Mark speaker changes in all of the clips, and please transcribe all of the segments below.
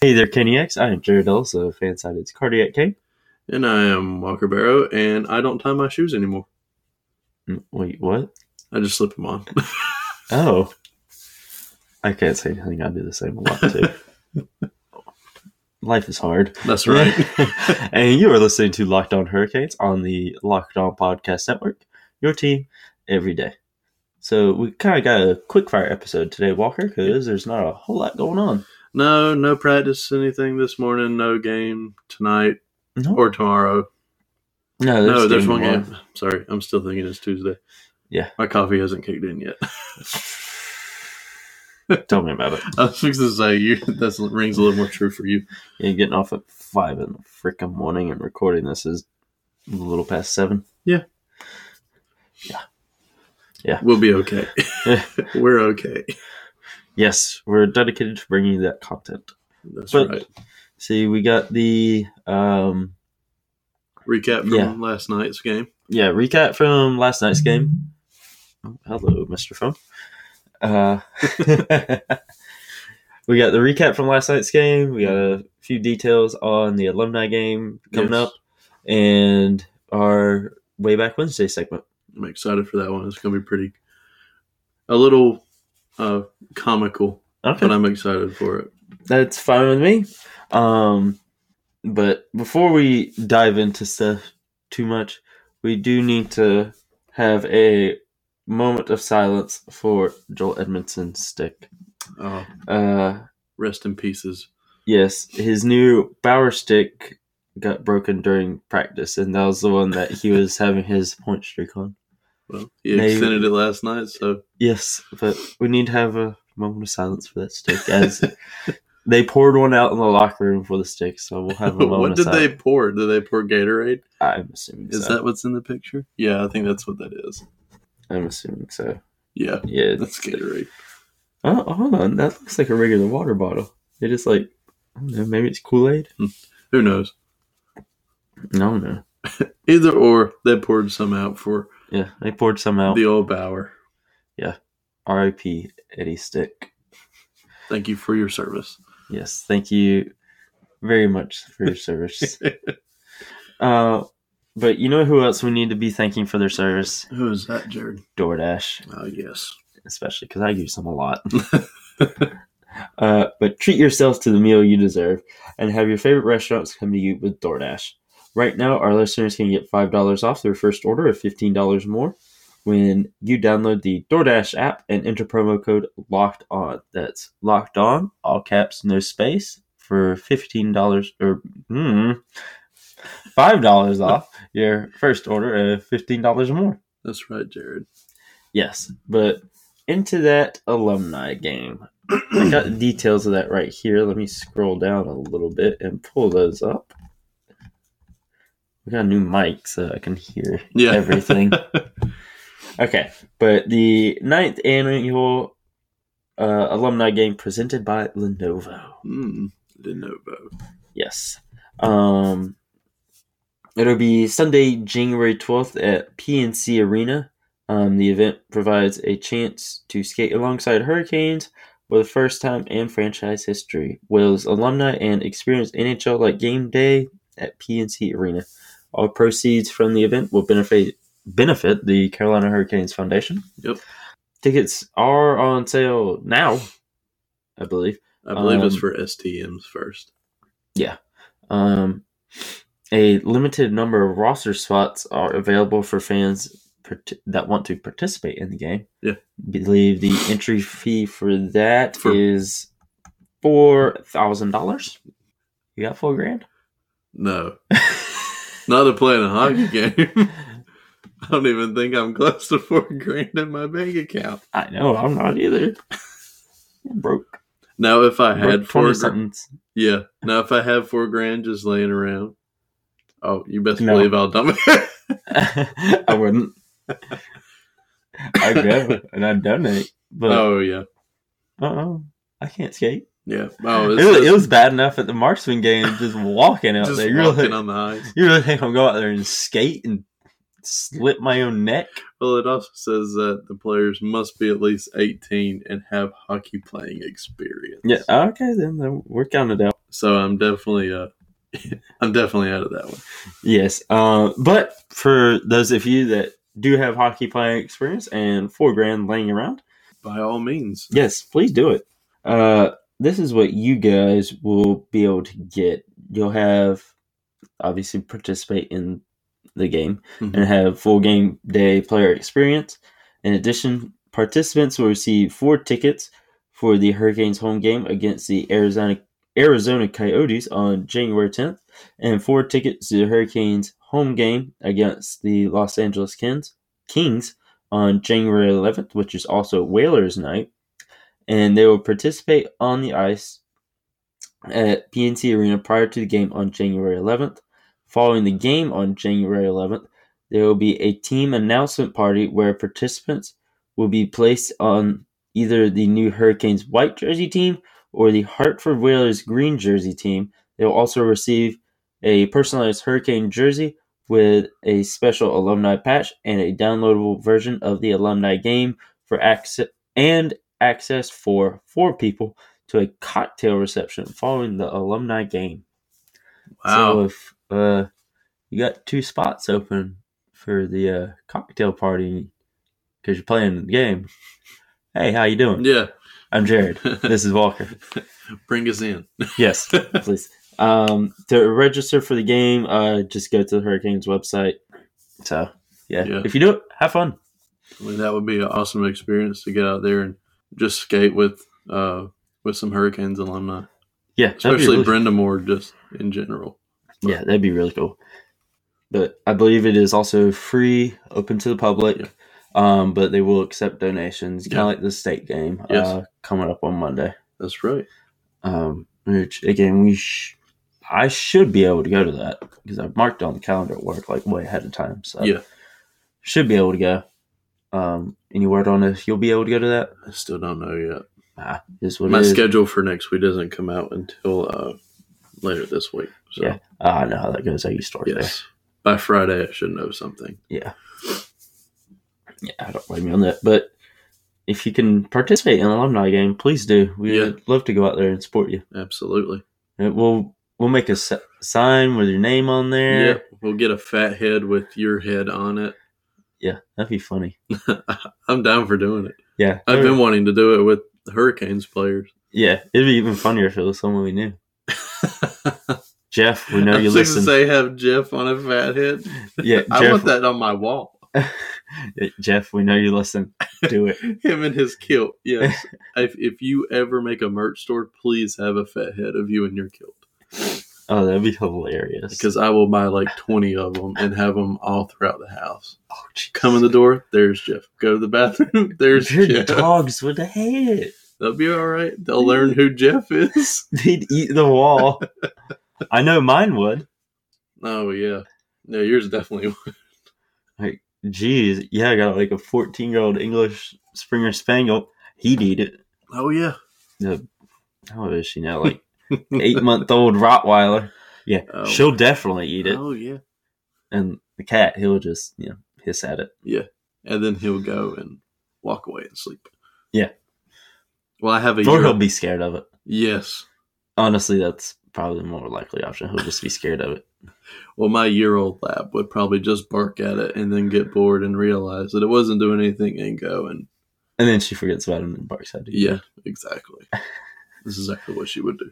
Speaker 1: Hey there, Kennyx. I am Jared Ellis of Fansided's Cardiac K.
Speaker 2: And I am Walker Barrow, and I don't tie my shoes anymore.
Speaker 1: Mm, Wait, what?
Speaker 2: I just slip them on.
Speaker 1: Oh. I can't say anything. I do the same a lot, too. Life is hard.
Speaker 2: That's right.
Speaker 1: and you are listening to Locked On Hurricanes on the Locked On Podcast Network, your team every day. So we kind of got a quick fire episode today, Walker, because there's not a whole lot going on.
Speaker 2: no, no practice anything this morning. No game tonight
Speaker 1: No.
Speaker 2: or tomorrow.
Speaker 1: No,
Speaker 2: no, there's
Speaker 1: game
Speaker 2: one
Speaker 1: tomorrow.
Speaker 2: game. Sorry, I'm still thinking it's Tuesday.
Speaker 1: Yeah.
Speaker 2: my coffee hasn't kicked in yet.
Speaker 1: Tell me about it.
Speaker 2: I was fixing to say you. That rings a little more true for you.
Speaker 1: Yeah, getting off at five in the freaking morning and recording this is a little past seven.
Speaker 2: We'll be okay. We're okay.
Speaker 1: Yes, we're dedicated to bringing you that content.
Speaker 2: That's
Speaker 1: But-
Speaker 2: right.
Speaker 1: See, we got the um,
Speaker 2: Recap from
Speaker 1: yeah.
Speaker 2: last night's game.
Speaker 1: yeah recap from last night's game. Oh, hello, Mister Phone. Uh, we got the recap from last night's game. We got a few details on the alumni game coming
Speaker 2: Yes.
Speaker 1: up, and our way back Wednesday segment.
Speaker 2: I'm excited for that one. It's going to be pretty, a little uh, comical,
Speaker 1: Okay,
Speaker 2: but I'm excited for it.
Speaker 1: that's fine with me. Um, but before we dive into stuff too much, we do need to have a moment of silence for Joel Edmondson Stick.
Speaker 2: Uh,
Speaker 1: Uh,
Speaker 2: rest in pieces.
Speaker 1: yes, his new Bower stick got broken during practice, and that was the one that he was having his point streak on.
Speaker 2: Well, he
Speaker 1: Maybe-
Speaker 2: extended it last night, so
Speaker 1: Yes, but we need to have a moment of silence for that stick as. They poured one out in the locker room for the stick, so we'll have a moment.
Speaker 2: what
Speaker 1: of
Speaker 2: did
Speaker 1: silence.
Speaker 2: they pour? Did they pour Gatorade?
Speaker 1: I'm assuming
Speaker 2: Is
Speaker 1: so.
Speaker 2: that what's in the picture? Yeah, I think that's what that is.
Speaker 1: I'm assuming so.
Speaker 2: Yeah,
Speaker 1: Yeah. it's-
Speaker 2: that's Gatorade.
Speaker 1: Oh, hold on. That looks like a regular water bottle. It is like, I don't know, maybe it's Kool Aid?
Speaker 2: Who knows?
Speaker 1: No, no.
Speaker 2: Either or, they poured some out for
Speaker 1: Yeah, they poured some out.
Speaker 2: the old Bower.
Speaker 1: RIP Eddie Stick.
Speaker 2: Thank you for your service.
Speaker 1: Yes, thank you very much for your service. uh, but you know who else we need to be thanking for their service?
Speaker 2: Who is that, Jared?
Speaker 1: DoorDash,
Speaker 2: Oh, yes.
Speaker 1: especially because I use them a lot. Uh, but treat yourself to the meal you deserve and have your favorite restaurants come to you with DoorDash. Right now, our listeners can get $5 off their first order of $15 more when you download the DoorDash app and enter promo code LOCKED ON. That's LOCKED ON, all caps, no space, for $15 or mm, $5 off your first order of $15 or more.
Speaker 2: That's right, Jared.
Speaker 1: Yes, but into that alumni game. I got details of that right here. Let me scroll down a little bit and pull those up. We got a new mic so I can hear
Speaker 2: Yeah.
Speaker 1: everything. okay, but the ninth annual uh, alumni game presented by Lenovo.
Speaker 2: Mm, Lenovo.
Speaker 1: Yes. Um, it'll be Sunday, January 12th at PNC Arena. Um, the event provides a chance to skate alongside Hurricanes for the first time in franchise history. Wales alumni and experience NHL like game day at PNC Arena. All proceeds from the event will benefit benefit the Carolina Hurricanes Foundation.
Speaker 2: Yep.
Speaker 1: Tickets are on sale now, I believe.
Speaker 2: I believe it's
Speaker 1: Um,
Speaker 2: for STMs first.
Speaker 1: Um, a limited number of roster spots are available for fans part- that want to participate in the game.
Speaker 2: Yeah.
Speaker 1: believe the entry fee for that
Speaker 2: For-
Speaker 1: is four thousand dollars. You got four grand.
Speaker 2: No, not to play in a hockey game. I don't even think I'm close to four grand in my bank account.
Speaker 1: I know I'm not either. I'm broke.
Speaker 2: Now, if I
Speaker 1: broke
Speaker 2: had four, gr-
Speaker 1: something.
Speaker 2: yeah. Now, if I had four grand just laying around, oh, you best
Speaker 1: No.
Speaker 2: believe I'll dump it.
Speaker 1: I wouldn't. I go and I donate, but
Speaker 2: oh yeah,
Speaker 1: uh-oh, I can't skate.
Speaker 2: yeah. Oh, it's
Speaker 1: It was,
Speaker 2: just,
Speaker 1: it was bad enough at the marksman game, just walking out
Speaker 2: just
Speaker 1: there. You
Speaker 2: walking
Speaker 1: really,
Speaker 2: on the ice.
Speaker 1: you really think I'm going out there and skate and slip my own neck?
Speaker 2: Well, it also says that the players must be at least 18 and have hockey playing experience.
Speaker 1: Yeah, okay, then, then we're counted out.
Speaker 2: So I'm definitely uh I'm definitely out of that one.
Speaker 1: Yes. Um, but for those of you that do have hockey playing experience and four grand laying around,
Speaker 2: By all means.
Speaker 1: yes, please do it. Uh, this is what you guys will be able to get. You'll have obviously participate in the game
Speaker 2: Mhm.
Speaker 1: and have full game day player experience. In addition, participants will receive four tickets for the Hurricanes home game against the Arizona Arizona Coyotes on January 10th, and four tickets to the Hurricanes home game against the Los Angeles Kings Kings on January 11th, which is also Whalers night, and they will participate on the ice at PNC Arena prior to the game on January 11th. Following the game on January 11th, there will be a team announcement party where participants will be placed on either the new Hurricanes white jersey team or the Hartford Whalers green jersey team. They will also receive a personalized Hurricane jersey with a special alumni patch and a downloadable version of the alumni game for access and access for four people to a cocktail reception following the alumni game. So
Speaker 2: Wow.
Speaker 1: if uh, you got two spots open for the uh, cocktail party because you're playing the game, hey, how you doing?
Speaker 2: yeah.
Speaker 1: I'm Jared. This is Walker.
Speaker 2: Bring us in.
Speaker 1: Yes, please. Um, to register for the game, uh, just go to the Hurricanes website. So yeah,
Speaker 2: Yeah.
Speaker 1: if you do it, have fun.
Speaker 2: I mean, that would be an awesome experience to get out there and just skate with uh with some Hurricanes alumni.
Speaker 1: Yeah, that'd be
Speaker 2: Especially
Speaker 1: really-
Speaker 2: Brenda Moore just in general.
Speaker 1: Yeah, that'd be really cool. But I believe it is also free, open to the public.
Speaker 2: Yeah.
Speaker 1: Um, but they will accept donations, kind
Speaker 2: Yeah.
Speaker 1: of like the state game
Speaker 2: Yes.
Speaker 1: uh, coming up on Monday.
Speaker 2: That's right.
Speaker 1: Um, which again, we sh- I should be able to go to that because I've marked it on the calendar at work like way ahead of time. So
Speaker 2: Yeah.
Speaker 1: should be able to go. Um, any word on if you'll be able to go to that?
Speaker 2: I still don't know yet.
Speaker 1: Ah, is what
Speaker 2: My
Speaker 1: it is.
Speaker 2: schedule for next week doesn't come out until uh later this week. So
Speaker 1: Yeah. Ah, I know how that goes. I used to work there.
Speaker 2: yes. By Friday I should know something.
Speaker 1: Yeah. Yeah, I don't blame you on that. But if you can participate in an alumni game, please do. We
Speaker 2: Yeah.
Speaker 1: would love to go out there and support you.
Speaker 2: Absolutely.
Speaker 1: And We'll we'll make a s- sign with your name on there.
Speaker 2: Yeah. We'll get a fat head with your head on it.
Speaker 1: Yeah, that'd be funny.
Speaker 2: I'm down for doing it.
Speaker 1: Yeah,
Speaker 2: I've been wanting to do it with Hurricanes players.
Speaker 1: Yeah, it'd be even funnier if it was someone we knew. Jeff, we know
Speaker 2: I
Speaker 1: you
Speaker 2: was gonna
Speaker 1: listen.
Speaker 2: say have Jeff on a fat head.
Speaker 1: yeah,
Speaker 2: I
Speaker 1: Jeff,
Speaker 2: want that on my wall.
Speaker 1: Jeff, we know you listen. Do it.
Speaker 2: Him and his kilt. Yes. if, if you ever make a merch store, please have a fat head of you and your kilt
Speaker 1: Oh, that'd be hilarious.
Speaker 2: because I will buy like twenty of them and have them all throughout the house.
Speaker 1: oh, jeez.
Speaker 2: Come in the door. There's Jeff. Go to the bathroom. There's
Speaker 1: your
Speaker 2: Jeff.
Speaker 1: dogs would hate it.
Speaker 2: They'll be all right. They'll learn who Jeff is.
Speaker 1: They'd eat the wall. I know mine would.
Speaker 2: Oh yeah. No, yours definitely.
Speaker 1: Jeez, yeah, I got like a fourteen-year-old English Springer Spaniel. He'd eat it.
Speaker 2: Oh yeah.
Speaker 1: The, how old is she now? Like eight-month-old Rottweiler. Yeah,
Speaker 2: Oh.
Speaker 1: she'll definitely eat it.
Speaker 2: Oh yeah.
Speaker 1: And the cat, he'll just you know hiss at it.
Speaker 2: and then he'll go and walk away and sleep.
Speaker 1: Yeah.
Speaker 2: Well, I have a
Speaker 1: Or he'll
Speaker 2: Euro-
Speaker 1: be scared of it.
Speaker 2: yes.
Speaker 1: Honestly, that's probably the more likely option. He'll just be scared of it.
Speaker 2: Well, my year-old lab would probably just bark at it and then get bored and realize that it wasn't doing anything and go and
Speaker 1: And then she forgets about him and barks at you.
Speaker 2: yeah, exactly. this is exactly what she would do.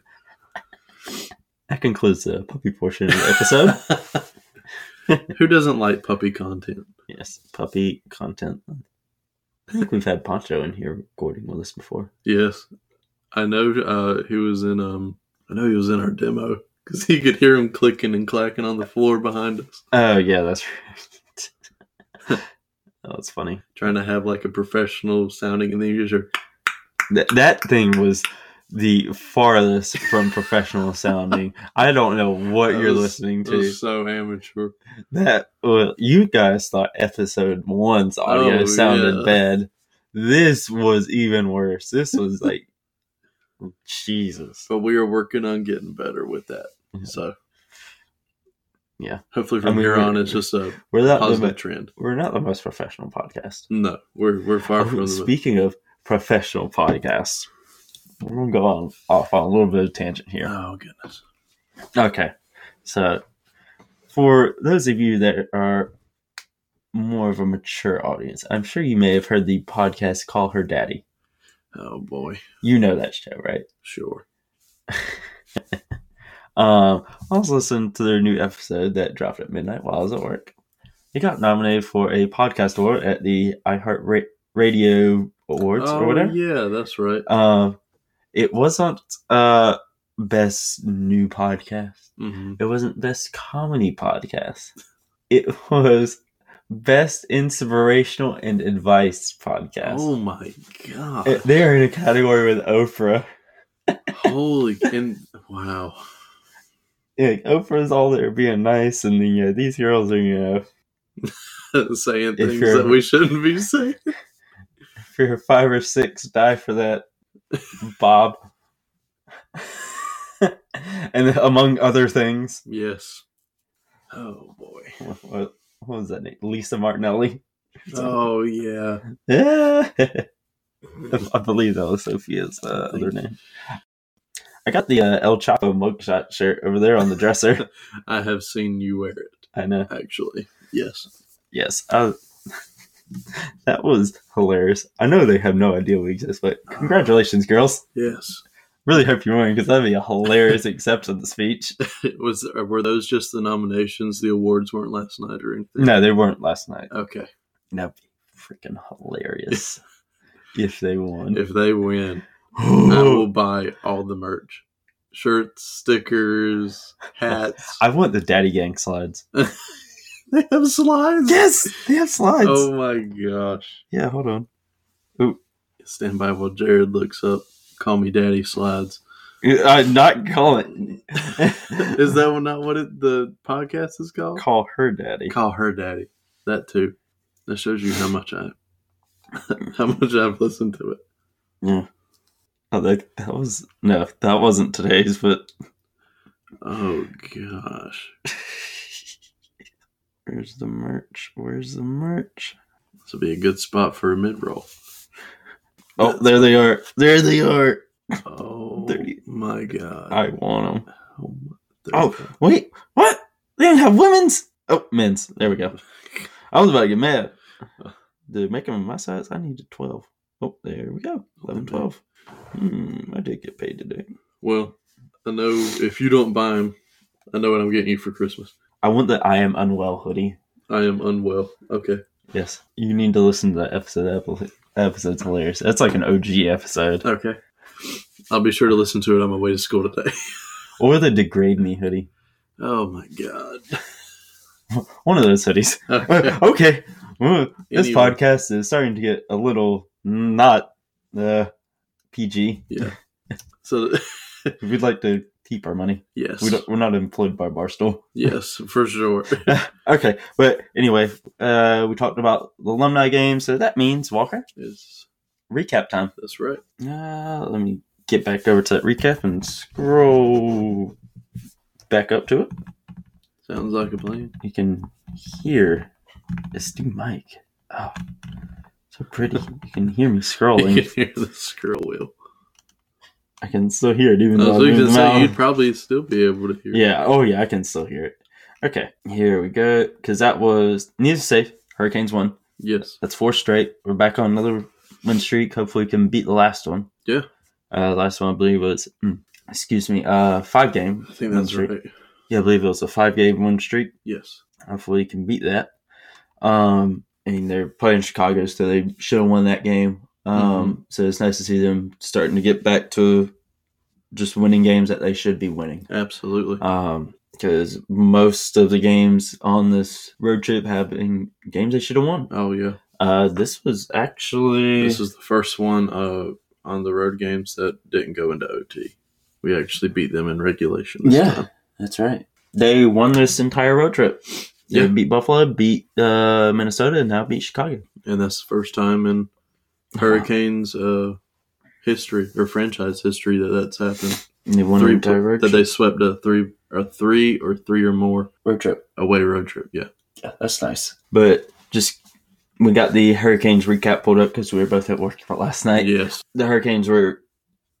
Speaker 1: That concludes the puppy portion of the episode.
Speaker 2: Who doesn't like puppy content?
Speaker 1: yes, puppy content. I think we've had Poncho in here recording with us before.
Speaker 2: Yes, I know. Uh, he was in um, I know he was in our demo because he could hear him clicking and clacking on the floor behind us,
Speaker 1: Oh, yeah, that's right. oh, that's funny.
Speaker 2: trying to have like a professional sounding, and then you just hear,
Speaker 1: That, that thing was the farthest from professional sounding. I don't know what
Speaker 2: That
Speaker 1: you're
Speaker 2: was-
Speaker 1: listening
Speaker 2: "This
Speaker 1: to.
Speaker 2: is so amateur.
Speaker 1: That well, you guys thought episode one's audio
Speaker 2: Oh,
Speaker 1: sounded
Speaker 2: yeah.
Speaker 1: bad. This was even worse. This was like Jesus.
Speaker 2: but we are working on getting better with that.
Speaker 1: Yeah.
Speaker 2: So,
Speaker 1: Mm-hmm. Yeah.
Speaker 2: hopefully
Speaker 1: I
Speaker 2: from
Speaker 1: mean,
Speaker 2: here
Speaker 1: we're-
Speaker 2: on, it's just a
Speaker 1: We're not the,
Speaker 2: positive
Speaker 1: mo-
Speaker 2: trend.
Speaker 1: we're not the most professional podcast.
Speaker 2: No, we're we're far
Speaker 1: Oh,
Speaker 2: from the
Speaker 1: speaking of professional podcasts, We're gonna go on off on a little bit of tangent here.
Speaker 2: Oh goodness.
Speaker 1: Okay, so for those of you that are more of a mature audience, I'm sure you may have heard the podcast "Call Her Daddy."
Speaker 2: Oh boy.
Speaker 1: You know that show, right?
Speaker 2: Sure.
Speaker 1: Um, I was listening to their new episode that dropped at midnight while I was at work. It got nominated for a podcast award at the iHeart Ra- Radio Awards
Speaker 2: oh,
Speaker 1: or whatever.
Speaker 2: Yeah, that's right.
Speaker 1: Um, it wasn't uh best new podcast.
Speaker 2: hmm
Speaker 1: It wasn't best comedy podcast. It was best inspirational and advice podcast.
Speaker 2: Oh my god.
Speaker 1: Uh, They are in a category with Oprah.
Speaker 2: Holy and wow.
Speaker 1: Like, Oprah's all there being nice, and you know these girls are you know
Speaker 2: saying
Speaker 1: If
Speaker 2: things
Speaker 1: you're-
Speaker 2: that we shouldn't be saying.
Speaker 1: if you're five or six, die for that, Bob. and among other things,
Speaker 2: Yes. Oh boy.
Speaker 1: what, what was that name? Lisa Martinelli.
Speaker 2: Oh yeah.
Speaker 1: I believe that was Sophia's uh,
Speaker 2: Thank
Speaker 1: other name. I got the uh, El Chapo mugshot shirt over there on the dresser.
Speaker 2: I have seen you wear it,
Speaker 1: I know.
Speaker 2: actually. Yes.
Speaker 1: Yes. I, that was hilarious. I know they have no idea we exist, but congratulations, girls.
Speaker 2: Yes.
Speaker 1: Really hope you win because that'd be a hilarious acceptance speech.
Speaker 2: It was were those just the nominations? The awards weren't last night or anything.
Speaker 1: No, they weren't last night.
Speaker 2: Okay.
Speaker 1: That'd be freaking hilarious if they won.
Speaker 2: If they win, I will buy all the merch. Shirts, stickers, hats.
Speaker 1: I want the Daddy Gang slides.
Speaker 2: they have slides.
Speaker 1: Yes, they have slides.
Speaker 2: Oh my gosh.
Speaker 1: Yeah, hold on.
Speaker 2: Stand by while Jared looks up. Call me daddy slides.
Speaker 1: I'm Uh, not calling.
Speaker 2: Is that one not what it, the podcast is called?
Speaker 1: call her daddy?
Speaker 2: Call her daddy. That too. That shows you how much I how much I've listened to it.
Speaker 1: Oh, that, that was no, that wasn't today's. But
Speaker 2: Oh gosh.
Speaker 1: where's the merch? Where's the merch?
Speaker 2: This would be a good spot for a mid roll.
Speaker 1: Oh, there they are. There they are.
Speaker 2: Oh
Speaker 1: Thirty-
Speaker 2: my god.
Speaker 1: I want them.
Speaker 2: Oh, my-
Speaker 1: Oh. Wait, what? They don't have women's. Oh, men's. There we go. I was about to get mad. Dude, make them my size. I need a twelve. Oh, there we go. 11, 12. Hmm, I did get paid today.
Speaker 2: Well, I know if you don't buy them, I know what I'm getting you for Christmas.
Speaker 1: I want the I am unwell hoodie.
Speaker 2: I am unwell. Okay.
Speaker 1: Yes, you need to listen to that episode. That epi- episode's hilarious. That's like an OG episode.
Speaker 2: Okay. I'll be sure to listen to it on my way to school today.
Speaker 1: Or the degrade me hoodie.
Speaker 2: Oh my god.
Speaker 1: One of those hoodies.
Speaker 2: Okay.
Speaker 1: okay, Ooh, this
Speaker 2: Anyway.
Speaker 1: podcast is starting to get a little not uh, PG.
Speaker 2: Yeah. So
Speaker 1: We'd like to keep our money.
Speaker 2: yes.
Speaker 1: We don't, we're not employed by Barstool.
Speaker 2: Yes, for sure.
Speaker 1: Okay, but anyway, uh, we talked about the alumni game, so that means Walker
Speaker 2: Yes.
Speaker 1: recap time.
Speaker 2: That's right.
Speaker 1: Uh, let me get back over to that recap and scroll back up to it.
Speaker 2: Sounds like a plan.
Speaker 1: You can hear this new mic. Oh, so pretty. You can hear me
Speaker 2: You
Speaker 1: scrolling.
Speaker 2: can hear the scroll wheel.
Speaker 1: I can still hear it
Speaker 2: I
Speaker 1: even though I
Speaker 2: was going
Speaker 1: moved
Speaker 2: to
Speaker 1: the
Speaker 2: say
Speaker 1: mouse.
Speaker 2: you'd probably still be able to hear.
Speaker 1: Yeah. Oh, yeah. I can still hear it. Okay. Here we go. Because that was needless safe. Hurricanes won.
Speaker 2: Yes.
Speaker 1: That's four straight. We're back on another win streak. Hopefully, we can beat the last one.
Speaker 2: Yeah.
Speaker 1: Uh, last one I believe was mm, excuse me, uh, five game.
Speaker 2: I think that's
Speaker 1: win streak.
Speaker 2: right.
Speaker 1: Yeah, I believe it was a five game win streak.
Speaker 2: Yes.
Speaker 1: Hopefully, you can beat that. Um, and they're playing Chicago, so they should have won that game. Um,
Speaker 2: Mm-hmm.
Speaker 1: so it's nice to see them starting to get back to just winning games that they should be winning.
Speaker 2: Absolutely.
Speaker 1: Um, because most of the games on this road trip have been games they should have won.
Speaker 2: oh yeah.
Speaker 1: Uh, this was actually
Speaker 2: This is the first one uh, on the road games that didn't go into OT. We actually beat them in regulation. This
Speaker 1: Yeah.
Speaker 2: Time.
Speaker 1: that's right. They won this entire road trip. They
Speaker 2: Yeah.
Speaker 1: beat Buffalo, beat uh, Minnesota, and now beat Chicago.
Speaker 2: And that's the first time in Hurricanes uh, history or franchise history that that's happened.
Speaker 1: And they won an
Speaker 2: Three
Speaker 1: entire road
Speaker 2: that
Speaker 1: trip.
Speaker 2: they swept a three or three or three or more
Speaker 1: road trip.
Speaker 2: away road trip. Yeah.
Speaker 1: Yeah, that's nice. But just we got the Hurricanes recap pulled up because we were both at work last night.
Speaker 2: Yes.
Speaker 1: The Hurricanes were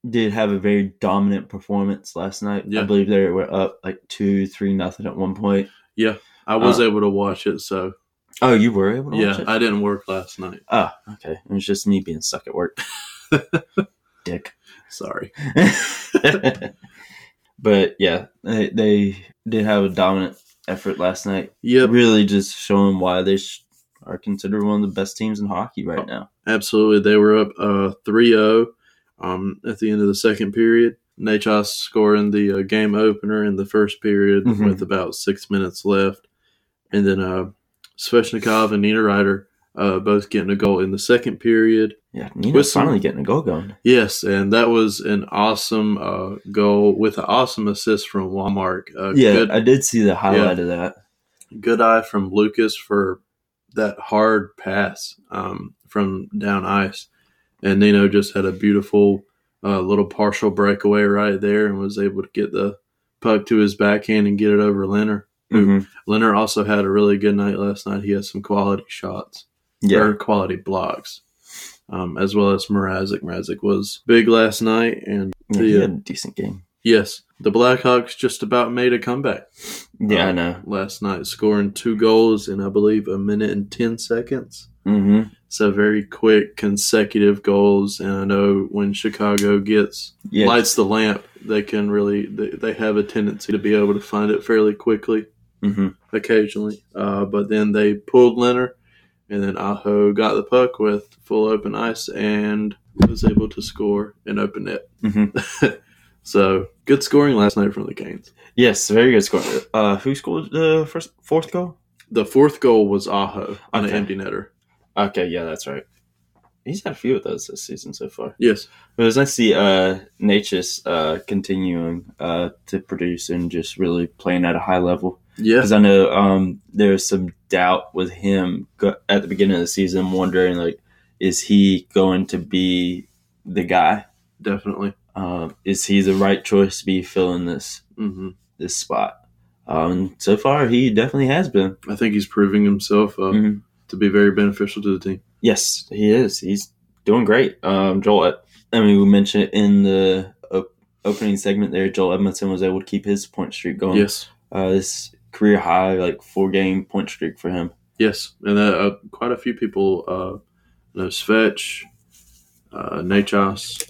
Speaker 1: did have a very dominant performance last night.
Speaker 2: Yeah.
Speaker 1: I believe they were up like two, three, nothing at one point.
Speaker 2: I was
Speaker 1: Uh,
Speaker 2: able to watch it, so
Speaker 1: Oh, you were able to
Speaker 2: yeah,
Speaker 1: watch it?
Speaker 2: I didn't work last night.
Speaker 1: Ah, okay. It was just me being stuck at work. Dick.
Speaker 2: Sorry.
Speaker 1: but yeah, they, they did have a dominant effort last night.
Speaker 2: Yep,
Speaker 1: Really just showing why they sh- are considered one of the best teams in hockey
Speaker 2: Oh.
Speaker 1: right now.
Speaker 2: absolutely. They were up uh 3-0 um at the end of the second period. Nachos scoring the uh, game opener in the first period
Speaker 1: Mhm.
Speaker 2: with about 6 minutes left. And then uh Sveshnikov and Niederreiter uh, both getting a goal in the second period.
Speaker 1: Yeah, Nino's
Speaker 2: With some-
Speaker 1: finally getting a goal going.
Speaker 2: Yes, and that was an awesome uh, goal with an awesome assist from Walmart. Uh,
Speaker 1: yeah,
Speaker 2: good,
Speaker 1: I did see the highlight of that.
Speaker 2: good eye from Lucas for that hard pass um, from down ice, and Nino just had a beautiful uh, little partial breakaway right there and was able to get the puck to his backhand and get it over Leonard.
Speaker 1: Mhm.
Speaker 2: Leonard also had a really good night last night. He had some quality shots
Speaker 1: Yeah.
Speaker 2: or quality blocks. Um, as well as Mrazek. Mrazek was big last night, and
Speaker 1: yeah, he
Speaker 2: the-
Speaker 1: had a decent game.
Speaker 2: yes, the Blackhawks just about made a comeback
Speaker 1: Yeah, I
Speaker 2: um,
Speaker 1: know.
Speaker 2: last night, scoring two goals in, I believe, a minute and 10 seconds.
Speaker 1: hmm
Speaker 2: So, very quick, consecutive goals. And I know when Chicago gets
Speaker 1: Yeah,
Speaker 2: lights the lamp, they can really, they, they have a tendency to be able to find it fairly quickly
Speaker 1: hmm
Speaker 2: occasionally. Uh, but then they pulled Leonard, and then Aho got the puck with full open ice and was able to score and open net.
Speaker 1: hmm
Speaker 2: So, good scoring last night from the Canes.
Speaker 1: Yes, very good score. Uh, who scored the first fourth goal?
Speaker 2: The fourth goal was Aho on
Speaker 1: Okay.
Speaker 2: an empty netter.
Speaker 1: Okay, yeah, that's right. He's had a few of those this season so far.
Speaker 2: Yes.
Speaker 1: But it was nice to see uh, Natchez uh, continuing uh, to produce and just really playing at a high level.
Speaker 2: Yeah.
Speaker 1: Because I know um, there was some doubt with him go- at the beginning of the season, wondering like, is he going to be the guy?
Speaker 2: Definitely.
Speaker 1: Um, is he the right choice to be filling this
Speaker 2: hmm
Speaker 1: this spot? Um, so far, he definitely has been.
Speaker 2: I think he's proving himself uh,
Speaker 1: Mhm.
Speaker 2: to be very beneficial to the team.
Speaker 1: Yes, he is. He's doing great. Um, Joel, I mean, we mentioned in the op- opening segment there, Joel Edmondson was able to keep his point streak going.
Speaker 2: Yes.
Speaker 1: Uh, this career high, like four game point streak for him.
Speaker 2: Yes. And uh, uh, quite a few people, uh, you know, Svetch, uh, Nachos,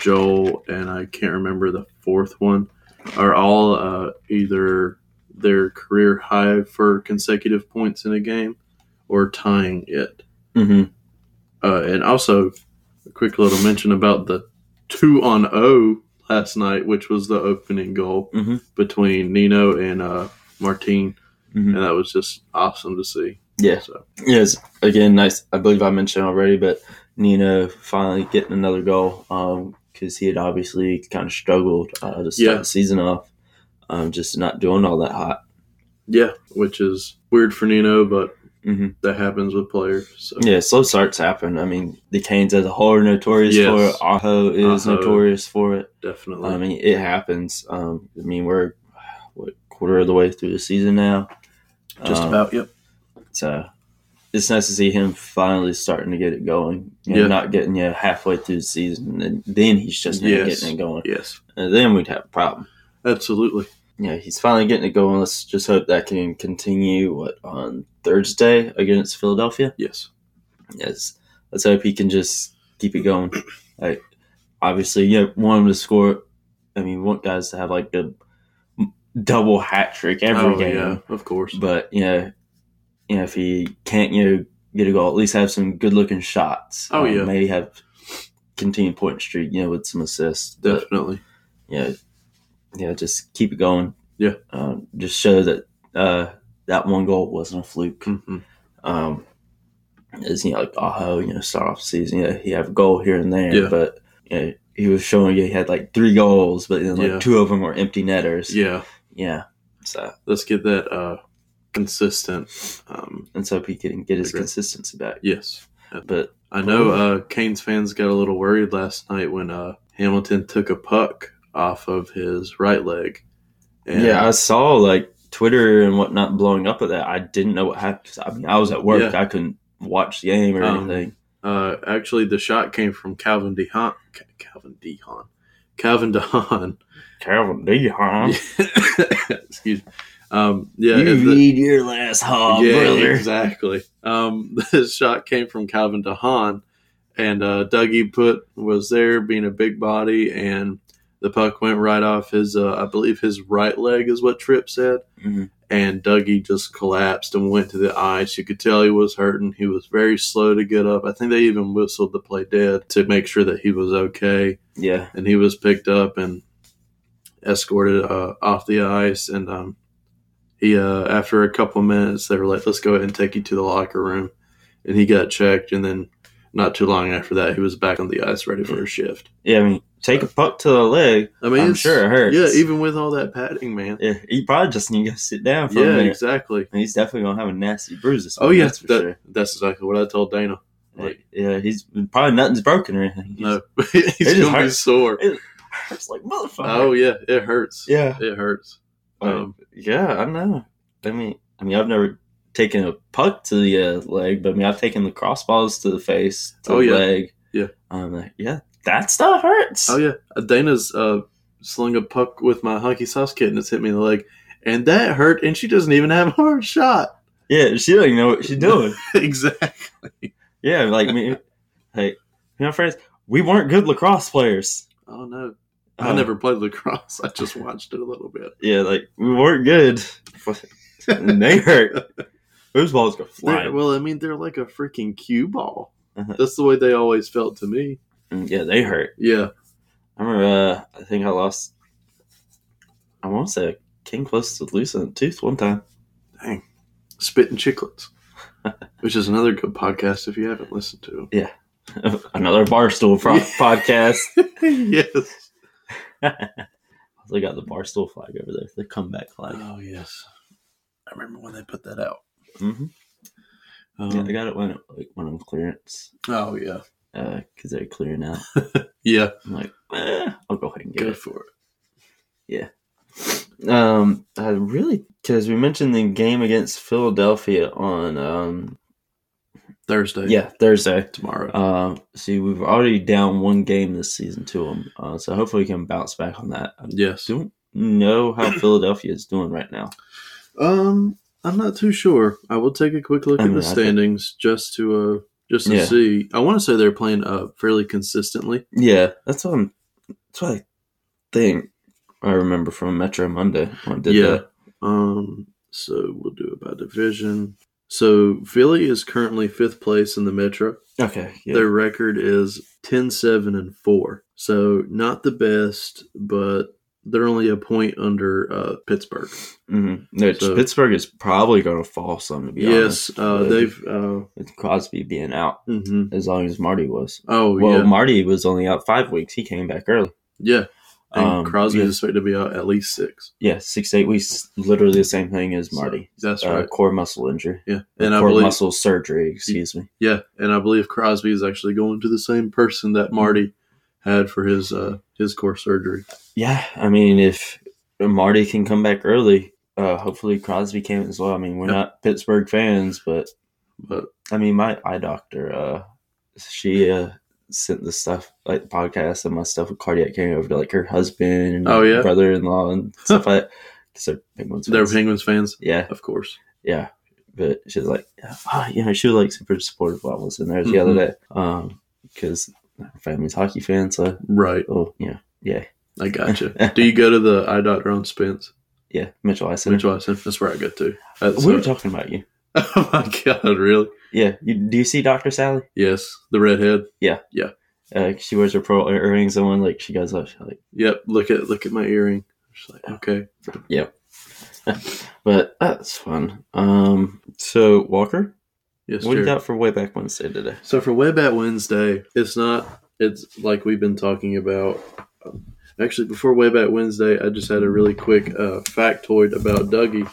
Speaker 2: Joel, and I can't remember the fourth one, are all uh, either their career high for consecutive points in a game or tying it.
Speaker 1: Mm-hmm.
Speaker 2: Uh, and also, a quick little mention about the two on O last night, which was the opening goal
Speaker 1: Mhm.
Speaker 2: between Nino and uh, Martine,
Speaker 1: Mm-hmm.
Speaker 2: and that was just awesome to see.
Speaker 1: Yeah.
Speaker 2: So,
Speaker 1: Yes. Again, nice. I believe I mentioned already, but Nino finally getting another goal because he had obviously kind of struggled uh, to start
Speaker 2: Yeah.
Speaker 1: the season off, um, just not doing all that hot.
Speaker 2: yeah, which is weird for Nino, but
Speaker 1: Mm-hmm.
Speaker 2: that happens with players. So,
Speaker 1: Yeah, slow starts happen. I mean, the Canes as a whole are notorious
Speaker 2: Yes.
Speaker 1: for it. Aho is
Speaker 2: Aho.
Speaker 1: notorious for it.
Speaker 2: definitely.
Speaker 1: I mean, it happens. Um, I mean, we're what quarter of the way through the season now.
Speaker 2: just
Speaker 1: Um,
Speaker 2: about, yep.
Speaker 1: So it's nice to see him finally starting to get it going. You know,
Speaker 2: Yeah.
Speaker 1: not getting you know, halfway through the season and then he's just not
Speaker 2: Yes.
Speaker 1: getting it going.
Speaker 2: Yes,
Speaker 1: And then we'd have a problem.
Speaker 2: absolutely.
Speaker 1: Yeah, he's finally getting it going. Let's just hope that can continue. What on Thursday against Philadelphia?
Speaker 2: Yes.
Speaker 1: Yes. Let's hope he can just keep it going. Like, obviously, you know, want him to score. I mean, we want guys to have like a double hat trick every
Speaker 2: Oh,
Speaker 1: game.
Speaker 2: yeah, of course.
Speaker 1: But you know, you know, if he can't, you know, get a goal, at least have some good looking shots. Um,
Speaker 2: Oh, yeah.
Speaker 1: maybe have continued point streak. You know, with some assists. But
Speaker 2: Definitely.
Speaker 1: you know, you know, just keep it going.
Speaker 2: Yeah.
Speaker 1: um, just show that uh, that one goal wasn't a fluke
Speaker 2: hmm
Speaker 1: um, is you know like Aho, you know, start off the season, you know, he have a goal here and there,
Speaker 2: Yeah.
Speaker 1: but you know, he was showing you he had like three goals, but then like
Speaker 2: Yeah.
Speaker 1: two of them were empty netters.
Speaker 2: Yeah,
Speaker 1: yeah. So
Speaker 2: let's get that uh, consistent. Um,
Speaker 1: and so he can get his
Speaker 2: Agreed.
Speaker 1: consistency back.
Speaker 2: yes.
Speaker 1: But
Speaker 2: I know uh, Canes fans got a little worried last night when uh, Hamilton took a puck off of his right leg.
Speaker 1: yeah. I saw like Twitter and whatnot blowing up at that. I didn't know what happened. 'cause, I mean, I was at work. I couldn't watch the game or
Speaker 2: Um,
Speaker 1: anything.
Speaker 2: uh, actually, the shot came from Calvin DeHaan. Ca- Calvin DeHaan. Calvin Don.
Speaker 1: Calvin D, huh?
Speaker 2: Excuse me. Um, yeah,
Speaker 1: you
Speaker 2: the-
Speaker 1: need your last hog,
Speaker 2: yeah,
Speaker 1: brother.
Speaker 2: exactly. Um, the shot came from Calvin DeHaan, and uh, Dougie Put was there being a big body, and the puck went right off his, uh, I believe his right leg is what Tripp said,
Speaker 1: Mhm.
Speaker 2: and Dougie just collapsed and went to the ice. You could tell he was hurting. He was very slow to get up. I think they even whistled the play dead to make sure that he was okay
Speaker 1: Yeah.
Speaker 2: and he was picked up and escorted uh, off the ice. And um, he, uh, after a couple minutes, they were like, "Let's go ahead and take you to the locker room," and he got checked. And then, not too long after that, he was back on the ice, ready for a shift.
Speaker 1: Yeah, I mean, take a puck to the leg.
Speaker 2: I mean,
Speaker 1: I'm
Speaker 2: it's-
Speaker 1: sure it hurts.
Speaker 2: Yeah, even with all that padding, man.
Speaker 1: Yeah, he probably just need to go sit down for a
Speaker 2: Yeah,
Speaker 1: minute.
Speaker 2: exactly.
Speaker 1: And he's definitely gonna have a nasty bruise this
Speaker 2: Oh
Speaker 1: morning,
Speaker 2: yeah,
Speaker 1: that's for
Speaker 2: that-
Speaker 1: sure.
Speaker 2: that's exactly what I told Dana. Like,
Speaker 1: yeah, he's probably nothing's broken or anything. He's-
Speaker 2: no, he's
Speaker 1: just
Speaker 2: gonna be
Speaker 1: hurts.
Speaker 2: sore.
Speaker 1: It's like motherfucker.
Speaker 2: Oh yeah, it hurts.
Speaker 1: yeah,
Speaker 2: It hurts.
Speaker 1: Like,
Speaker 2: Um,
Speaker 1: yeah. I know. I mean, I mean, I've never taken a puck to the uh, leg, but I mean, I've taken the crossballs to the face, to
Speaker 2: Oh,
Speaker 1: the
Speaker 2: yeah.
Speaker 1: leg.
Speaker 2: Yeah.
Speaker 1: um, like, yeah, that stuff hurts.
Speaker 2: Oh yeah, Uh, Dana's uh, slung a puck with my hunky sauce kit and it's hit me in the leg, and that hurt. And she doesn't even have a hard shot.
Speaker 1: yeah. she don't even know what she's doing.
Speaker 2: exactly.
Speaker 1: yeah, like me, like you know, friends, we weren't good lacrosse players.
Speaker 2: Oh no, I
Speaker 1: Uh,
Speaker 2: never played lacrosse. I just watched it a little bit.
Speaker 1: Um, Yeah, like we weren't good. and they hurt. Those balls go
Speaker 2: They're-
Speaker 1: flying.
Speaker 2: well, I mean, they're like a freaking cue ball.
Speaker 1: Uh-huh.
Speaker 2: That's the way they always felt to me.
Speaker 1: Mm, Yeah, they hurt.
Speaker 2: Yeah,
Speaker 1: I remember. Uh, I think I lost. I want to say I came close to losing a tooth one time.
Speaker 2: spitting chiclets, which is another good podcast if you haven't listened to.
Speaker 1: Another barstool pro-
Speaker 2: Yeah.
Speaker 1: podcast.
Speaker 2: yes.
Speaker 1: They got the barstool flag over there. The comeback flag.
Speaker 2: Oh yes. I remember when they put that out.
Speaker 1: hmm
Speaker 2: Um,
Speaker 1: yeah, I got it when it, like, when I'm clearance
Speaker 2: oh yeah.
Speaker 1: because they're clearing out.
Speaker 2: Yeah.
Speaker 1: I'm like, eh, I'll go ahead and get
Speaker 2: Go
Speaker 1: it.
Speaker 2: for it.
Speaker 1: Um, I really because we mentioned the game against Philadelphia on um
Speaker 2: Thursday.
Speaker 1: yeah Thursday.
Speaker 2: Tomorrow.
Speaker 1: Um, see, we've already down one game this season to them, uh, so hopefully we can bounce back on that. I
Speaker 2: yes.
Speaker 1: don't know how Philadelphia is doing right now.
Speaker 2: Um, I'm not too sure. I will take a quick look
Speaker 1: I
Speaker 2: at
Speaker 1: mean,
Speaker 2: the
Speaker 1: I think-
Speaker 2: standings just to uh just to
Speaker 1: Yeah.
Speaker 2: see. I want to say they're playing uh fairly consistently.
Speaker 1: Yeah, that's what I'm. That's what I think I remember from Metro Monday when I did
Speaker 2: yeah.
Speaker 1: that.
Speaker 2: Um. So we'll do it by division. So Philly is currently fifth place in the Metro.
Speaker 1: Okay, yeah,
Speaker 2: Their record is 10-7 and four. So not the best, but they're only a point under uh, Pittsburgh.
Speaker 1: Mhm. No,
Speaker 2: so-
Speaker 1: Pittsburgh is probably going to fall some. To be
Speaker 2: yes,
Speaker 1: honest,
Speaker 2: uh,
Speaker 1: with-
Speaker 2: they've. Uh,
Speaker 1: with Crosby being out
Speaker 2: hmm
Speaker 1: as long as Marty was.
Speaker 2: Oh
Speaker 1: Well,
Speaker 2: yeah,
Speaker 1: Marty was only out five weeks. He came back early.
Speaker 2: yeah. And
Speaker 1: Um,
Speaker 2: Crosby is
Speaker 1: yeah,
Speaker 2: expected to be out at least six.
Speaker 1: yeah, six to eight weeks. Literally the same thing as
Speaker 2: So,
Speaker 1: Marty.
Speaker 2: that's
Speaker 1: uh,
Speaker 2: right.
Speaker 1: Core muscle injury.
Speaker 2: Yeah, and I
Speaker 1: core
Speaker 2: believe
Speaker 1: muscle surgery. Excuse me.
Speaker 2: yeah, and I believe Crosby is actually going to the same person that
Speaker 1: Mm-hmm.
Speaker 2: Marty had for his uh his core surgery.
Speaker 1: Yeah, I mean, if Marty can come back early, uh, hopefully Crosby can as well. I mean, we're
Speaker 2: Yeah.
Speaker 1: not Pittsburgh fans, but
Speaker 2: But
Speaker 1: I mean, my eye doctor, uh, she uh, sent the stuff like the podcast and my stuff with cardiac care over to like her husband, and
Speaker 2: Oh, yeah?
Speaker 1: brother in law, and stuff like that. Because they're penguins.
Speaker 2: they're
Speaker 1: fans.
Speaker 2: Penguins fans,
Speaker 1: yeah,
Speaker 2: of course.
Speaker 1: yeah. But she's like, oh, you know, she was like super supportive while I was in there the
Speaker 2: Mhm.
Speaker 1: other day, um, because her family's hockey fan, so
Speaker 2: Right,
Speaker 1: oh, you know, yeah,
Speaker 2: I gotcha. Do you go to the eye doctor on Spence?
Speaker 1: yeah, Mitchell, I said.
Speaker 2: Mitch Watson. That's where I go to. That's
Speaker 1: We were
Speaker 2: where-
Speaker 1: talking about you.
Speaker 2: oh my god, really?
Speaker 1: Yeah. You, do you see Dr. Sally?
Speaker 2: Yes, the redhead.
Speaker 1: Uh, she wears her pearl ear- earrings and when like she goes up, she's like,
Speaker 2: Yep. Look at look at my earring. She's like, okay.
Speaker 1: but that's fun. Um, so Walker,
Speaker 2: Yes,
Speaker 1: what do you
Speaker 2: Jared.
Speaker 1: got for way back Wednesday today?
Speaker 2: So for Web at Wednesday, it's not. It's like we've been talking about. Actually, before Web at Wednesday, I just had a really quick uh, factoid about Dougie.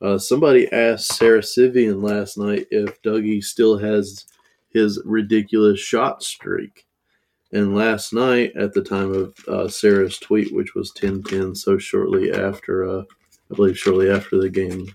Speaker 2: Uh, somebody asked Sarah Sivian last night if Dougie still has his ridiculous shot streak. And last night, at the time of uh, Sarah's tweet, which was 10 10, so shortly after, uh, I believe shortly after the game,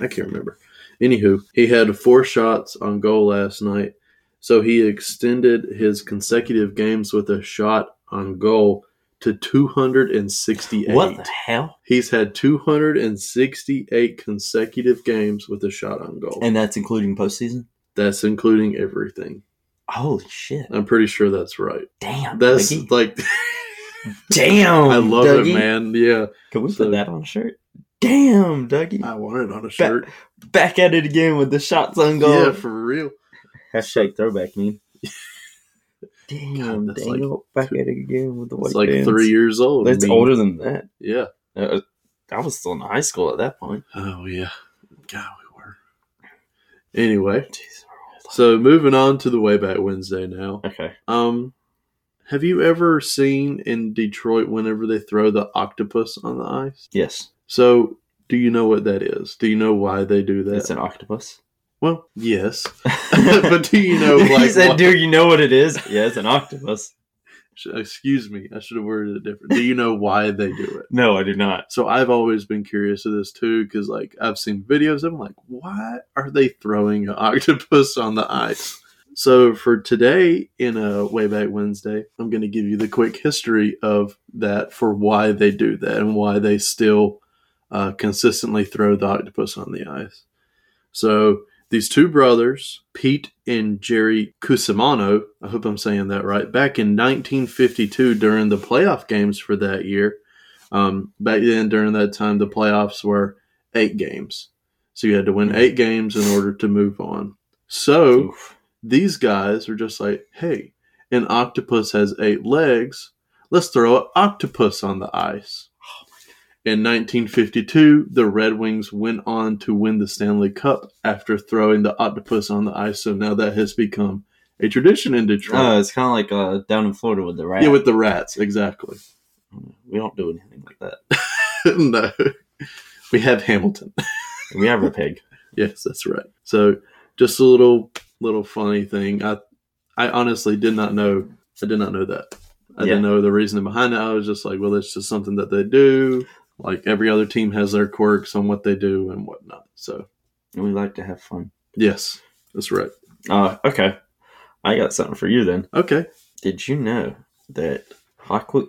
Speaker 2: I can't remember. Anywho, he had four shots on goal last night. So he extended his consecutive games with a shot on goal to 268.
Speaker 1: What the hell?
Speaker 2: He's had 268 consecutive games with a shot on goal.
Speaker 1: And that's including postseason.
Speaker 2: that's including everything.
Speaker 1: Holy shit!
Speaker 2: I'm pretty sure that's right.
Speaker 1: Damn,
Speaker 2: That's
Speaker 1: Dougie.
Speaker 2: like
Speaker 1: damn.
Speaker 2: I love
Speaker 1: Dougie.
Speaker 2: it, man. Yeah.
Speaker 1: Can we
Speaker 2: So-
Speaker 1: put that on a shirt? Damn, Dougie.
Speaker 2: I want it on a shirt.
Speaker 1: Back at it again with the shots on goal.
Speaker 2: Yeah, for real.
Speaker 1: Hashtag throwback meme. Damn,
Speaker 2: God, that's
Speaker 1: Daniel, back at it again with the white
Speaker 2: It's like
Speaker 1: bands.
Speaker 2: three years old.
Speaker 1: That's
Speaker 2: Me.
Speaker 1: older than that.
Speaker 2: Yeah.
Speaker 1: Uh, I was still in high school at that point.
Speaker 2: Oh yeah. God, we were. Anyway,
Speaker 1: Jeez.
Speaker 2: so moving on to the Wayback Wednesday now.
Speaker 1: Okay.
Speaker 2: Um, have you ever seen in Detroit whenever they throw the octopus on the ice?
Speaker 1: Yes,
Speaker 2: So, do you know what that is? Do you know why they do that?
Speaker 1: it's an octopus.
Speaker 2: well, yes. But do you know,
Speaker 1: he
Speaker 2: like,
Speaker 1: said,
Speaker 2: what-
Speaker 1: "Do you know what it is?" Yeah, it's an octopus.
Speaker 2: Sh- Excuse me, I should have worded it different. Do you know why they do it?
Speaker 1: No, I do not.
Speaker 2: So I've always been curious of this too, because like I've seen videos. I'm like, why are they throwing an octopus on the ice? So for today, in a way back Wednesday, I'm going to give you the quick history of that for why they do that and why they still uh, consistently throw the octopus on the ice. So these two brothers, Pete and Jerry Cusimano, I hope I'm saying that right, back in 1952 during the playoff games for that year. Um, back then, during that time, the playoffs were eight games. So you had to win eight games in order to move on. So
Speaker 1: Oof.
Speaker 2: these guys are just like, hey, an octopus has eight legs. Let's throw an octopus on the ice. In 1952, the Red Wings went on to win the Stanley Cup after throwing the octopus on the ice. So now that has become a tradition in Detroit.
Speaker 1: Uh, it's kind of like uh, down in Florida with the rat.
Speaker 2: yeah, with the rats, exactly.
Speaker 1: we don't do anything like that.
Speaker 2: no, we have Hamilton.
Speaker 1: We have a pig.
Speaker 2: yes, that's right. So just a little, little funny thing. I, I honestly did not know. I did not know that. I didn't
Speaker 1: Yeah.
Speaker 2: know the reasoning behind it. I was just like, well, it's just something that they do. Like every other team has their quirks on what they do and whatnot. So
Speaker 1: and We like to have fun.
Speaker 2: yes, that's right.
Speaker 1: Uh, okay. I got something for you then.
Speaker 2: Okay.
Speaker 1: Did you know that Hockwe,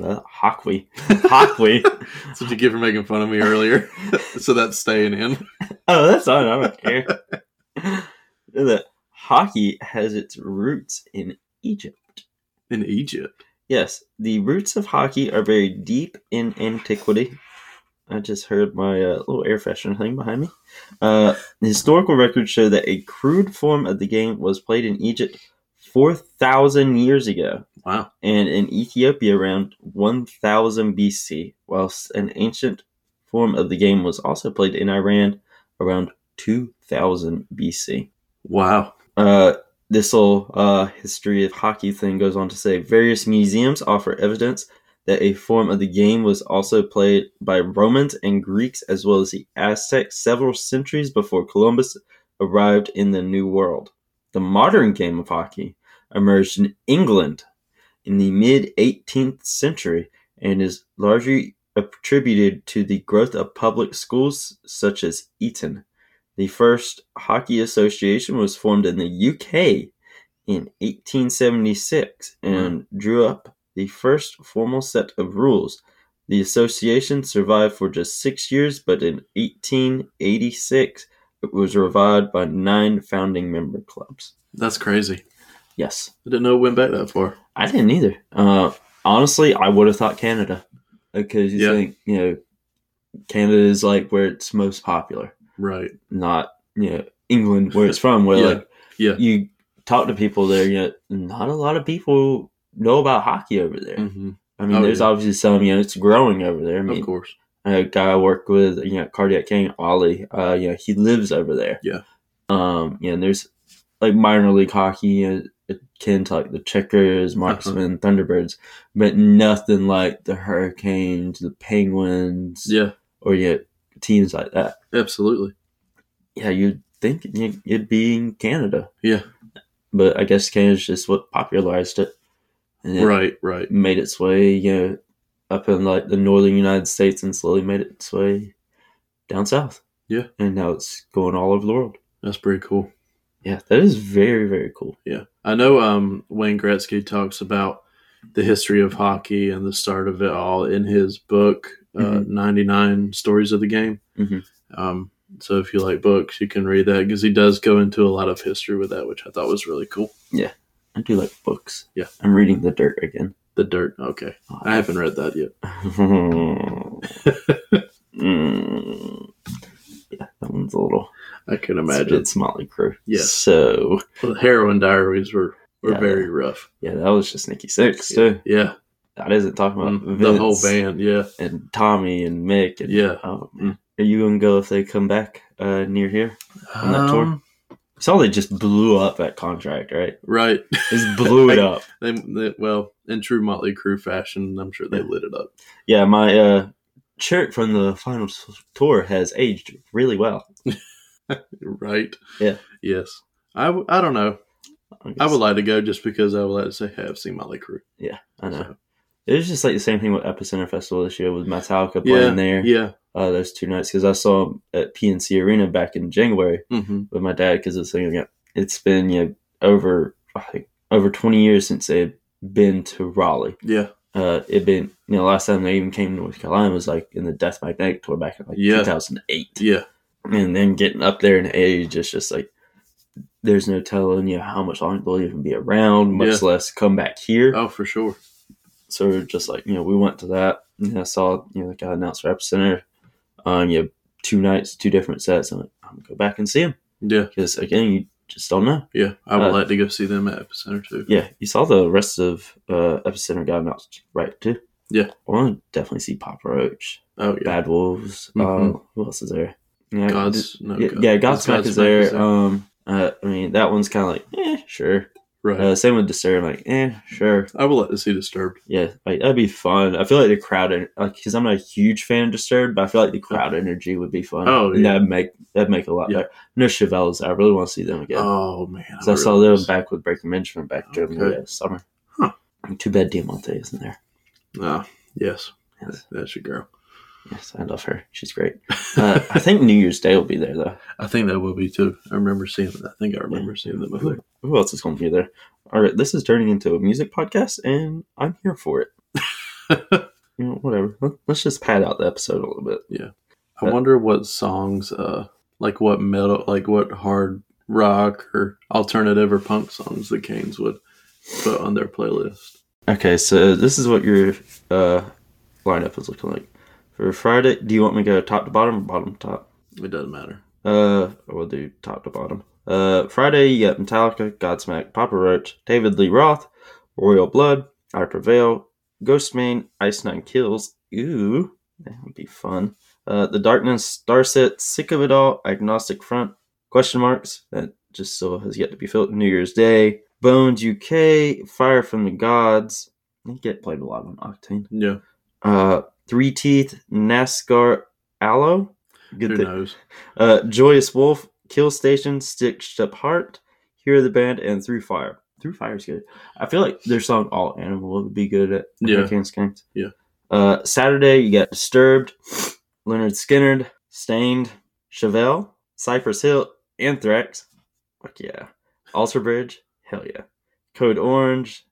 Speaker 1: uh, Hockwe, Hockwe?
Speaker 2: That's what you get for making fun of me earlier. so that's staying in.
Speaker 1: oh, that's on. I don't care. that hockey has its roots in Egypt.
Speaker 2: In Egypt.
Speaker 1: Yes, the roots of hockey are buried deep in antiquity. I just heard my uh, little air freshener thing behind me. Uh, historical records show that a crude form of the game was played in Egypt 4,000 years ago.
Speaker 2: Wow.
Speaker 1: and in Ethiopia around 1000 BC, whilst an ancient form of the game was also played in Iran around 2000 BC.
Speaker 2: Wow.
Speaker 1: Uh, this little uh, history of hockey thing goes on to say various museums offer evidence that a form of the game was also played by Romans and Greeks as well as the Aztecs several centuries before Columbus arrived in the New World. The modern game of hockey emerged in England in the mid 18th century and is largely attributed to the growth of public schools such as Eton. The first hockey association was formed in the UK in 1876 and drew up the first formal set of rules. The association survived for just six years, but in 1886 it was revived by nine founding member clubs.
Speaker 2: That's crazy.
Speaker 1: Yes,
Speaker 2: I didn't know it went back that far.
Speaker 1: I didn't either. Uh, honestly, I would have thought Canada because you
Speaker 2: Yeah.
Speaker 1: think, you know, Canada is like where it's most popular
Speaker 2: Right.
Speaker 1: not you know England where it's from where
Speaker 2: Yeah,
Speaker 1: like
Speaker 2: yeah.
Speaker 1: you talk to people there you know not a lot of people know about hockey over there
Speaker 2: hmm
Speaker 1: I mean
Speaker 2: Oh,
Speaker 1: there's
Speaker 2: yeah.
Speaker 1: obviously some you know it's growing over there I
Speaker 2: Of
Speaker 1: mean
Speaker 2: course.
Speaker 1: a guy I work with you know cardiac king Ollie uh you know he lives over there
Speaker 2: Yeah.
Speaker 1: um you know there's like minor league hockey you know, akin to like the
Speaker 2: Uh-huh.
Speaker 1: Checkers Marksmen Thunderbirds but nothing like the Hurricanes the Penguins
Speaker 2: Yeah.
Speaker 1: or you know, teams like that
Speaker 2: Absolutely.
Speaker 1: yeah, you'd think it- it'd be in Canada.
Speaker 2: Yeah.
Speaker 1: But I guess Canada's just what popularized it. And it
Speaker 2: Right, right.
Speaker 1: made its way, you know, up in like the northern United States and slowly made its way down south.
Speaker 2: Yeah.
Speaker 1: And now it's going all over the world.
Speaker 2: That's pretty cool.
Speaker 1: Yeah, that is very, very cool.
Speaker 2: Yeah. I know um Wayne Gretzky talks about the history of hockey and the start of it all in his book, uh,
Speaker 1: Mm-hmm.
Speaker 2: 99 Stories of the Game.
Speaker 1: Mhm.
Speaker 2: Um, so if you like books, you can read that because he does go into a lot of history with that, which I thought was really cool.
Speaker 1: I do like books.
Speaker 2: Yeah.
Speaker 1: I'm reading The Dirt again.
Speaker 2: The Dirt. Okay. I haven't read that yet.
Speaker 1: Mm. Yeah, that one's a little.
Speaker 2: I can
Speaker 1: It's,
Speaker 2: imagine.
Speaker 1: it's Motley Crue.
Speaker 2: Yes.
Speaker 1: So
Speaker 2: The heroin diaries were, were
Speaker 1: Yeah.
Speaker 2: very rough.
Speaker 1: yeah, that was just Nikki Six too.
Speaker 2: Yeah.
Speaker 1: That isn't talking about
Speaker 2: Mm, The whole
Speaker 1: Vince
Speaker 2: band. Yeah.
Speaker 1: and Tommy and Mick and
Speaker 2: Yeah. Mm.
Speaker 1: Oh, man. Are you gonna go if they come back uh, near here? On that tour?
Speaker 2: Um,
Speaker 1: I saw they just blew up that contract, right?
Speaker 2: Right.
Speaker 1: Just blew it
Speaker 2: I-
Speaker 1: up.
Speaker 2: They, they, well, in true Motley Crue fashion, I'm sure they
Speaker 1: Yeah.
Speaker 2: lit it up.
Speaker 1: Yeah, my uh, shirt from the final s- tour has aged really well.
Speaker 2: Right.
Speaker 1: Yeah.
Speaker 2: Yes. I, w- I don't know. I would like to go just because I would like to say, hey, I've seen Motley Crue.
Speaker 1: I know.
Speaker 2: So,
Speaker 1: It was just like the same thing with Epicenter Festival this year with Metallica
Speaker 2: yeah.
Speaker 1: playing there
Speaker 2: Yeah.
Speaker 1: uh, those two nights because I saw 'em at PNC Arena back in January
Speaker 2: hmm
Speaker 1: with my dad because it's like, yeah, it's been you know, over I think, over twenty years since they've been to Raleigh.
Speaker 2: Yeah.
Speaker 1: Uh, it been you know last time they even came to North Carolina was like in the Death Magnetic tour back in like
Speaker 2: Yeah.
Speaker 1: 2008.
Speaker 2: Yeah.
Speaker 1: and then getting up there in age it's just like there's no telling you how much longer they'll even be around much less come back here
Speaker 2: Oh, for sure.
Speaker 1: so we're just like you know we went to that and i saw you know the guy announced rep center um you know, two nights two different sets and i'm gonna go back and see him
Speaker 2: Yeah.
Speaker 1: because again you just don't know
Speaker 2: Yeah. I would
Speaker 1: Uh,
Speaker 2: like to go see them at Epicenter too.
Speaker 1: yeah you saw the rest of uh epicenter got announced right too
Speaker 2: Yeah.
Speaker 1: i want to definitely see papa roach
Speaker 2: Oh, yeah.
Speaker 1: bad wolves
Speaker 2: Mhm.
Speaker 1: uh, who else is there yeah,
Speaker 2: God's. No,
Speaker 1: yeah,
Speaker 2: God-
Speaker 1: yeah, Godsmack is there.
Speaker 2: Godsmack
Speaker 1: Um, uh, I mean, that one's kind of like, eh, sure.
Speaker 2: right.
Speaker 1: Uh, same with Disturbed, like, eh, sure.
Speaker 2: I would like to see Disturbed.
Speaker 1: Yeah, like that'd be fun. I feel like the crowd, en- like, because I'm not a huge fan of Disturbed, but I feel like the crowd energy would be fun.
Speaker 2: Oh,
Speaker 1: And
Speaker 2: yeah.
Speaker 1: that'd make that'd make a lot
Speaker 2: Yeah.
Speaker 1: better. No Chevelles, I really want to see them again.
Speaker 2: Oh, man. I
Speaker 1: 'Cause I saw
Speaker 2: really-
Speaker 1: them back with Breaking Benjamin back during
Speaker 2: Okay.
Speaker 1: the uh, summer.
Speaker 2: Huh.
Speaker 1: Too bad Diamante isn't there.
Speaker 2: Ah, yes.
Speaker 1: Yes.
Speaker 2: That's your girl.
Speaker 1: Yes, I love her. She's great. Uh, I think New Year's Day will be there though.
Speaker 2: I think that will be too. I remember seeing it. I think I remember seeing them up there.
Speaker 1: Who else is going to be there? All right, this is turning into a music podcast, and I'm here for it. you know, whatever. Let- Let's just pad out the episode a little bit.
Speaker 2: I
Speaker 1: Uh,
Speaker 2: wonder what songs, uh, like what metal, like what hard rock or alternative or punk songs the Canes would put on their playlist.
Speaker 1: Okay, so this is what your uh, lineup is looking like for Friday. Do you want me to go top to bottom or bottom to top?
Speaker 2: It doesn't matter.
Speaker 1: Uh, we'll do top to bottom. Uh, Friday, you got Metallica, Godsmack, Papa Roach, David Lee Roth, Royal Blood, I Prevail, Ghostmane, Ice Nine Kills. Ooh, that would be fun. Uh, The Darkness, Starset, Sick of It All, Agnostic Front, Question Marks, that just still has yet to be filled, New Year's Day, Bones UK, Fire from the Gods. I think it played a lot on Octane.
Speaker 2: Yeah.
Speaker 1: Uh, Three Teeth, NASCAR, Aloe. Good
Speaker 2: Who
Speaker 1: thi-
Speaker 2: knows?
Speaker 1: uh, Joyous Wolf, Kill Station, Stitched Up Heart, Hear the Band, and Through Fire. Through Fire is good. I feel like their song All Animal would be good at
Speaker 2: Yeah.
Speaker 1: Hurricanes games.
Speaker 2: Yeah.
Speaker 1: Uh, Saturday, you got Disturbed, Leonard Skinnard, Stained, Chevelle, Cypress Hill, Anthrax. Fuck yeah. Alter Bridge. Hell yeah. Code Orange,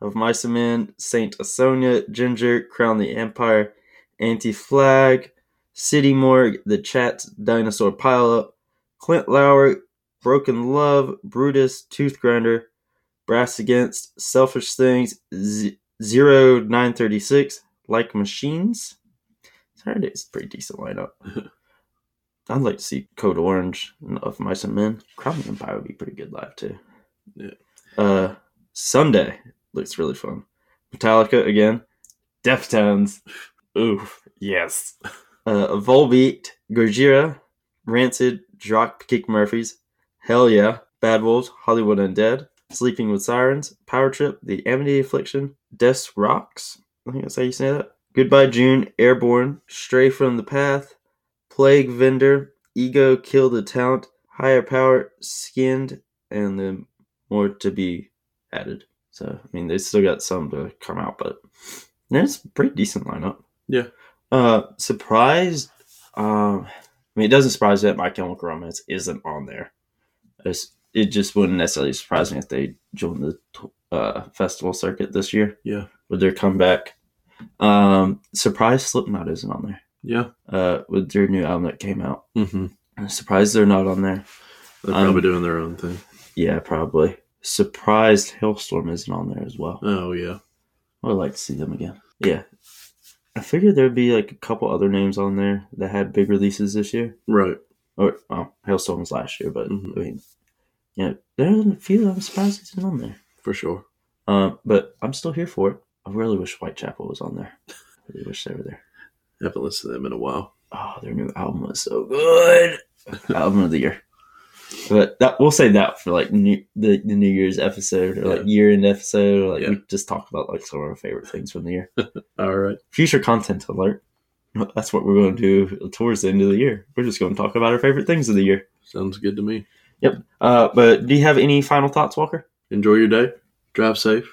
Speaker 1: Of Mice and Men, Saint Asonia, Ginger, Crown the Empire, Anti Flag, City Morgue, The Chats, Dinosaur Pileup, Clint Lauer, Broken Love, Brutus, Tooth Grinder, Brass Against, Selfish Things, Z- 0936, Like Machines. Saturday's a pretty decent lineup. I'd like to see Code Orange and Of Mice and Men. Crown the Empire would be pretty good live too.
Speaker 2: Yeah.
Speaker 1: Uh, Sunday looks really fun. Metallica again. Deftones. Oof. Yes. Uh, Volbeat, Gojira, Rancid, Dropkick Murphys, Hell Yeah, Bad Wolves, Hollywood Undead, Sleeping with Sirens, Power Trip, The Amity Affliction, Death Rocks. I think that's how you say that. Goodbye June, Airborne, Stray from the Path, Plague Vendor, Ego, Kill the Talent, Higher Power, Skinned, and then more to be added. So, I mean, they still got some to come out, but it's a pretty decent lineup.
Speaker 2: Yeah.
Speaker 1: Uh, surprised. Um, I mean, it doesn't surprise me that My Chemical Romance isn't on there. It's, it just wouldn't necessarily surprise me if they joined the t- uh, festival circuit this year
Speaker 2: Yeah.
Speaker 1: with their comeback. Um, surprise Slipknot isn't on there
Speaker 2: Yeah.
Speaker 1: uh, with their new album that came out.
Speaker 2: Mm-hmm.
Speaker 1: I'm surprised they're not on there.
Speaker 2: They're
Speaker 1: Um,
Speaker 2: probably doing their own thing.
Speaker 1: Yeah, probably. Surprised Hailstorm isn't on there as well.
Speaker 2: Oh yeah.
Speaker 1: I would like to see them again. Yeah. I figured there'd be like a couple other names on there that had big releases this year.
Speaker 2: Right.
Speaker 1: Or Oh, well, Hailstorm was last year, but
Speaker 2: Mhm.
Speaker 1: I mean yeah, there are a few that I'm surprised isn't on there.
Speaker 2: For sure.
Speaker 1: Um, but I'm still here for it. I really wish Whitechapel was on there. I really wish they were there.
Speaker 2: Haven't listened to them in a while.
Speaker 1: Oh, their new album was so good. album of the year. But that we'll say that for like new, the, the New Year's episode or like year end episode. Or like we just talk about like some of our favorite things from the year.
Speaker 2: All right.
Speaker 1: Future content alert. That's what we're going to do towards the end of the year. We're just going to talk about our favorite things of the year.
Speaker 2: Sounds good to me.
Speaker 1: Uh, but do you have any final thoughts, Walker?
Speaker 2: Enjoy your day. Drive safe.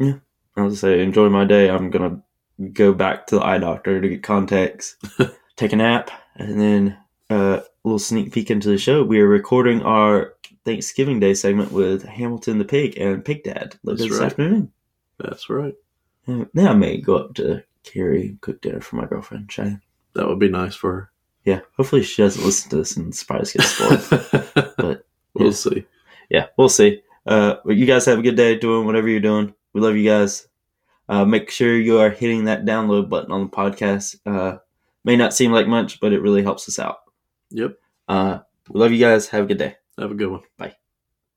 Speaker 1: I was gonna say enjoy my day. I'm gonna go back to the eye doctor to get contacts, take a nap, and then uh, a little sneak peek into the show. We are recording our Thanksgiving Day segment with Hamilton the Pig and Pig Dad later
Speaker 2: That's
Speaker 1: this
Speaker 2: right.
Speaker 1: afternoon.
Speaker 2: That's right.
Speaker 1: And Now I may go up to Carrie and cook dinner for my girlfriend Cheyenne.
Speaker 2: That would be nice for
Speaker 1: Yeah, hopefully she doesn't listen to this and the surprise gets spoiled.
Speaker 2: her.
Speaker 1: But,
Speaker 2: we'll
Speaker 1: yeah.
Speaker 2: see.
Speaker 1: yeah, we'll see. Uh, but you guys have a good day doing whatever you're doing. We love you guys. Uh, make sure you are hitting that download button on the podcast. Uh, may not seem like much, but it really helps us out.
Speaker 2: Yep.
Speaker 1: Uh, we love you guys. Have a good day.
Speaker 2: Have a good one.
Speaker 1: Bye.